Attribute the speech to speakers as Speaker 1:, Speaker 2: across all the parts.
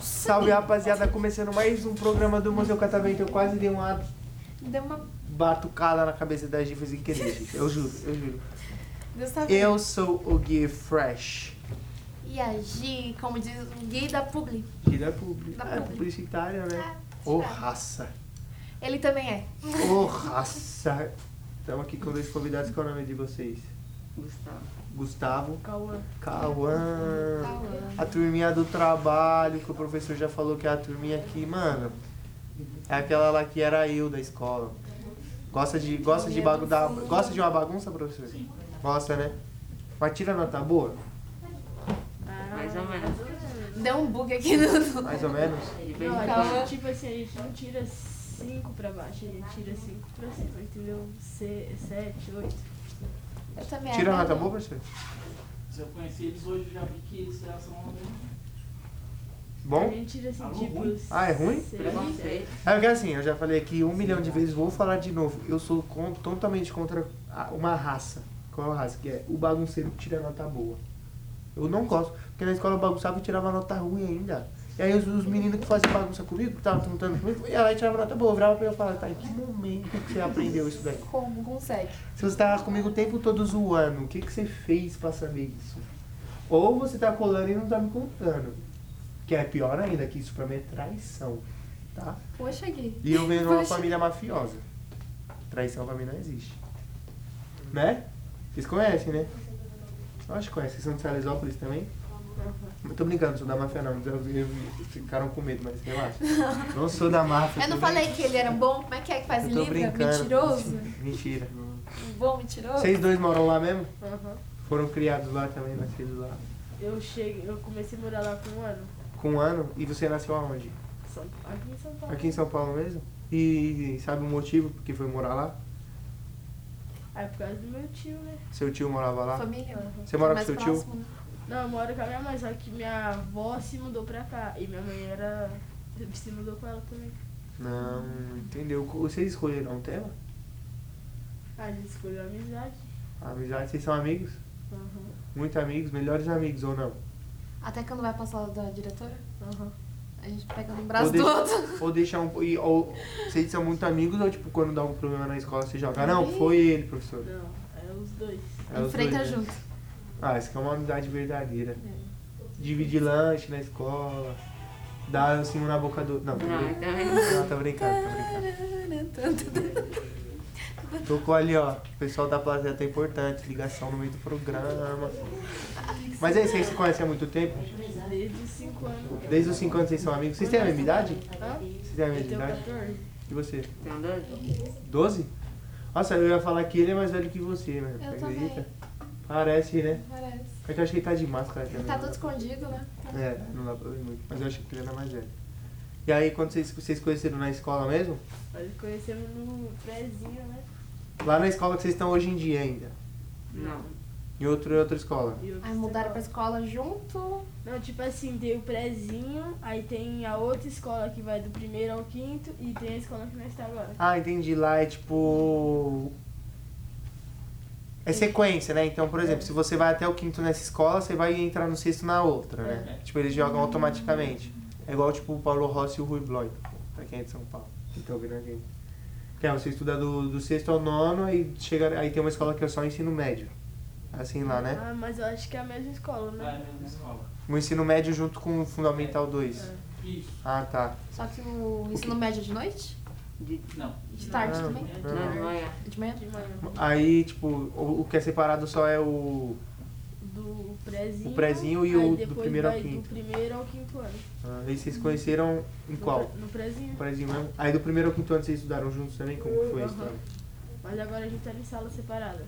Speaker 1: Salve rapaziada, começando mais um programa do Museu Catavento. Eu quase dei uma
Speaker 2: Deu uma.
Speaker 1: batucada na cabeça da Giva sem querer, gente. Eu juro, eu juro.
Speaker 2: Deus tá vendo.
Speaker 1: Eu sou o Gui Fresh.
Speaker 2: E a Gi, como diz o gay da Publi,
Speaker 1: Que da publi.
Speaker 2: Da
Speaker 1: Ah, é
Speaker 2: publi.
Speaker 1: publicitária, né?
Speaker 2: É,
Speaker 1: Ô
Speaker 2: publicitária.
Speaker 1: raça!
Speaker 2: ele também é.
Speaker 1: Ô raça! Estamos aqui com dois convidados. Qual é o nome de vocês?
Speaker 3: Gustavo.
Speaker 1: Gustavo,
Speaker 3: Cauã.
Speaker 1: Cauã.
Speaker 2: Cauã.
Speaker 1: A turminha do trabalho, que o professor já falou que é a turminha aqui, mano. É aquela lá que era eu da escola. Gosta de, gosta de, bagu da, gosta de uma bagunça, professor? Gosta, né? Mas tira nota boa,
Speaker 3: Mais
Speaker 4: é
Speaker 3: ou menos.
Speaker 2: Deu um bug aqui no.
Speaker 1: mais ou menos.
Speaker 3: De vez
Speaker 5: Não,
Speaker 3: em
Speaker 5: a
Speaker 2: Calma.
Speaker 5: gente, tipo assim, a gente não tira 5 pra baixo, a gente tira 5 pra cima, entendeu? 7, 8.
Speaker 2: Eu também
Speaker 1: Tira
Speaker 2: é.
Speaker 1: nota boa, professor?
Speaker 4: Se eu conheci eles hoje, eu já vi que eles já são alunos.
Speaker 5: A
Speaker 1: Bom?
Speaker 5: gente tira assim,
Speaker 4: Alô,
Speaker 5: tipo.
Speaker 4: ruim?
Speaker 1: Ah, é ruim?
Speaker 5: seis,
Speaker 3: Preconceito.
Speaker 1: É porque assim, eu já falei aqui um milhão de vezes, vou falar de novo. Eu sou con- totalmente contra a- uma raça. Qual é a raça? Que é o bagunceiro que tira nota boa. Eu não gosto, porque na escola eu bagunçava e tirava nota ruim ainda. E aí os, os meninos que faziam bagunça comigo, que estavam tentando comigo, ia lá e tirava nota boa. Eu virava pra ele e falava, tá, em que momento que você aprendeu isso daí?
Speaker 2: Como consegue?
Speaker 1: Se você tava comigo o tempo todo zoando, o que, que você fez pra saber isso? Ou você tá colando e não tá me contando. Que é pior ainda, que isso pra mim é traição, tá?
Speaker 2: Poxa, Gui.
Speaker 1: E eu venho de uma
Speaker 2: Poxa.
Speaker 1: família mafiosa. Traição pra mim não existe. Né? Vocês conhecem, né? Eu acho que conhecem. Vocês são de Salesópolis também? Não tô brincando, não sou da máfia não. Eu- eu- Ficaram com medo, mas relaxa. Não sou da máfia.
Speaker 2: Eu não
Speaker 1: tô brin-
Speaker 2: falei que ele era um bom. Como é que é que faz?
Speaker 1: Eu tô
Speaker 2: Livre?
Speaker 1: brincando.
Speaker 2: Mentiroso?
Speaker 1: Mentira.
Speaker 2: Um bom mentiroso?
Speaker 1: Vocês dois moram lá mesmo?
Speaker 5: Aham.
Speaker 1: Foram criados lá também, nascidos lá.
Speaker 5: Eu cheguei, eu comecei a morar lá com um ano.
Speaker 1: Com um ano? E você nasceu aonde?
Speaker 5: São- Aqui em São Paulo.
Speaker 1: Aqui em São Paulo mesmo? E sabe o motivo porque foi morar lá?
Speaker 5: Ah, é por causa do meu tio, né?
Speaker 1: Seu tio morava lá?
Speaker 2: Família?
Speaker 1: Você mora
Speaker 2: Mais
Speaker 1: com seu tio?
Speaker 2: próximo, né?
Speaker 5: Não, eu moro com a minha mãe, só que minha avó se mudou pra cá. E minha mãe era. se mudou com ela também.
Speaker 1: Não, entendeu? Vocês escolheram um tema?
Speaker 5: Ah, a gente escolheu a amizade.
Speaker 1: Amizade, vocês são amigos?
Speaker 5: Aham.
Speaker 1: Muito amigos, melhores amigos ou não?
Speaker 2: Até quando vai passar da diretora,
Speaker 5: Aham.
Speaker 2: a gente pega no braço
Speaker 1: Ou deixa-
Speaker 2: do outro.
Speaker 1: Ou deixar um. e- Ou vocês são muito amigos, ou tipo, quando dá um problema na escola você joga. "Ah, Não, foi ele, professor.
Speaker 5: Não, é os dois.
Speaker 1: É os
Speaker 2: Enfrenta
Speaker 1: dois, né?
Speaker 2: junto.
Speaker 1: Ah, isso que é uma amizade verdadeira. Dividir lanche na escola. Dar assim um na boca do. Não,
Speaker 3: Não, então é
Speaker 1: não,
Speaker 3: também.
Speaker 1: tá brincando, tá brincando. Tocou ali, ó. O pessoal da plateia tá importante, ligação no meio do programa. Mas é isso aí, vocês se conhecem há muito tempo?
Speaker 5: Desde os 5 anos.
Speaker 1: Desde os 5 anos vocês são amigos. Vocês têm a mesma idade?
Speaker 5: Hã?
Speaker 1: Vocês têm a
Speaker 5: Eu
Speaker 1: mesma
Speaker 5: tenho
Speaker 1: idade?
Speaker 5: 14.
Speaker 1: E você?
Speaker 3: Tem dois?
Speaker 1: 12? Nossa, eu ia falar que ele é mais velho que você, né?
Speaker 2: Eu
Speaker 1: Você
Speaker 2: também.
Speaker 1: Parece, né?
Speaker 2: Parece.
Speaker 1: É que eu acho que ele tá de máscara também.
Speaker 2: Tá
Speaker 1: não
Speaker 2: tudo
Speaker 1: dá-
Speaker 2: escondido, né?
Speaker 1: É, não dá pra ver muito. Mas eu acho que ele era mais velho. E aí, quando vocês, vocês conheceram na escola mesmo?
Speaker 5: Nós conhecemos no prézinho, né?
Speaker 1: Lá na escola que vocês estão hoje em dia ainda.
Speaker 3: Não.
Speaker 1: Em outro, outra escola.
Speaker 5: E eu-
Speaker 2: Aí mudaram pra escola junto.
Speaker 5: Não, tipo assim, tem o prézinho, aí tem a outra escola que vai do primeiro ao quinto e tem a escola que nós está agora.
Speaker 1: Ah, entendi. Lá é tipo. É sequência, né? Então, por exemplo, se você vai até o quinto nessa escola, você vai entrar no sexto na outra, né? Tipo, eles jogam automaticamente. É igual, tipo, o Paulo Rossi e o Rui Bloy, pra quem é de São Paulo, que tá ouvindo a gente. Que é, você estuda do, do sexto ao nono, aí, chega, aí tem uma escola que é só ensino médio. Assim lá, né?
Speaker 5: Ah, mas eu acho que é a mesma escola,
Speaker 4: Lá é a
Speaker 5: né?
Speaker 4: mesma escola.
Speaker 1: O ensino médio junto com o Fundamental 2.
Speaker 4: Isso.
Speaker 1: Ah, tá.
Speaker 2: Só que o ensino médio é de noite?
Speaker 3: De,
Speaker 4: Não.
Speaker 2: De tarde
Speaker 1: Ah,
Speaker 2: também?
Speaker 3: não, não é.
Speaker 2: De manhã?
Speaker 5: De manhã.
Speaker 1: Aí, tipo, o, o que é separado só é o.
Speaker 5: Do prézinho.
Speaker 1: O prézinho e
Speaker 5: aí
Speaker 1: o do
Speaker 5: depois
Speaker 1: primeiro ao
Speaker 5: vai
Speaker 1: quinto.
Speaker 5: Do primeiro ao quinto ano.
Speaker 1: Ah, e vocês conheceram em qual?
Speaker 5: No, prézinho.
Speaker 1: No prézinho mesmo? Aí do primeiro ao quinto ano vocês estudaram juntos também? Como que foi a
Speaker 5: Aham.
Speaker 1: história?
Speaker 5: Mas agora a gente tá em sala separada.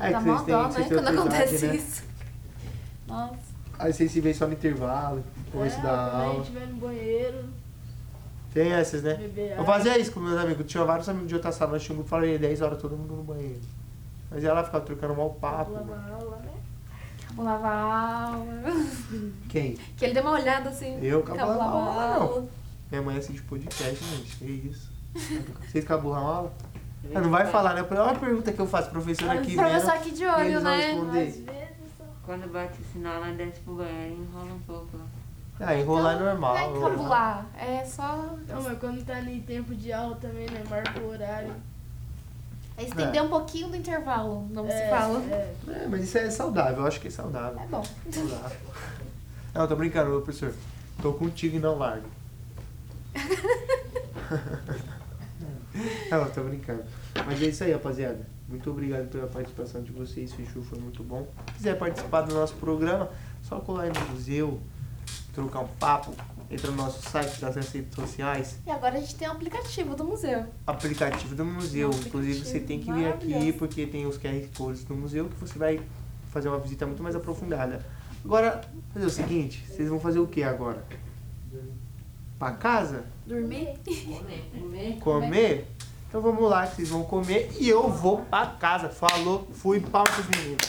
Speaker 1: É
Speaker 2: Dá
Speaker 1: que
Speaker 2: mó
Speaker 1: vocês têm-
Speaker 2: dó,
Speaker 1: vocês
Speaker 2: né?
Speaker 1: têm
Speaker 2: Quando
Speaker 1: outra idade,
Speaker 2: acontece
Speaker 1: né?
Speaker 2: isso. Nossa.
Speaker 1: Aí vocês se veem só no intervalo, no começo
Speaker 5: É,
Speaker 1: da
Speaker 5: quando A
Speaker 1: aula.
Speaker 5: gente vai no banheiro,
Speaker 1: Tem essas, né?
Speaker 5: beber
Speaker 2: é.
Speaker 1: Eu fazia isso com meus amigos. Tinha vários amigos de outra sala, nós tínhamos um falei 10 horas todo mundo no banheiro. Mas ela ficava trocando mal papo. mano.
Speaker 5: lavar aula, né?
Speaker 2: Vou lavar a aula.
Speaker 1: Quem?
Speaker 2: Que ele deu uma olhada assim.
Speaker 1: Eu?
Speaker 2: Acabou
Speaker 1: Acabou a
Speaker 2: lavar a
Speaker 1: aula, não.
Speaker 2: aula.
Speaker 1: Minha mãe assiste podcast, gente. Que isso. Vocês caburram a aula? Ah, não
Speaker 2: É.
Speaker 1: vai falar, né? Olha a pergunta que eu faço, professor aqui.
Speaker 2: Professor
Speaker 1: né?
Speaker 2: aqui de
Speaker 1: E
Speaker 2: olho,
Speaker 1: eles vão
Speaker 2: né?
Speaker 1: responder.
Speaker 5: Às vezes só.
Speaker 3: Quando bate o sinal, ela desce pro banheiro e enrola um pouco. lá.
Speaker 1: Ah, enrolar é normal.
Speaker 2: Não é
Speaker 1: normal.
Speaker 2: cabular, é só
Speaker 5: Não, mas quando tá em tempo de aula também, né? Marca o horário.
Speaker 2: é estender um pouquinho do intervalo, não se
Speaker 5: É,
Speaker 2: Então fala.
Speaker 5: é.
Speaker 1: É, mas isso é saudável, eu acho que é saudável.
Speaker 2: É bom.
Speaker 1: saudável. Não, tô brincando, meu professor. Tô contigo e não largo. não, tô brincando. Mas é isso aí, rapaziada. Muito obrigado pela participação de vocês, fechou, foi muito bom. Se quiser participar do nosso programa, só colar aí no museu, trocar um papo, entra no nosso site, nas nossas redes sociais,
Speaker 2: E agora a gente tem um aplicativo do museu.
Speaker 1: aplicativo do museu.
Speaker 2: Um aplicativo
Speaker 1: Inclusive, você tem que vir aqui
Speaker 2: maravilhoso.
Speaker 1: porque tem os QR Codes do museu que você vai fazer uma visita muito mais aprofundada. Agora, fazer o seguinte: vocês vão fazer o que agora? Pra casa?
Speaker 2: Dormir?
Speaker 3: Comer?
Speaker 1: Comer? Então vamos lá, que vocês vão comer e eu vou pra casa. Falou, fui, palmas meninos.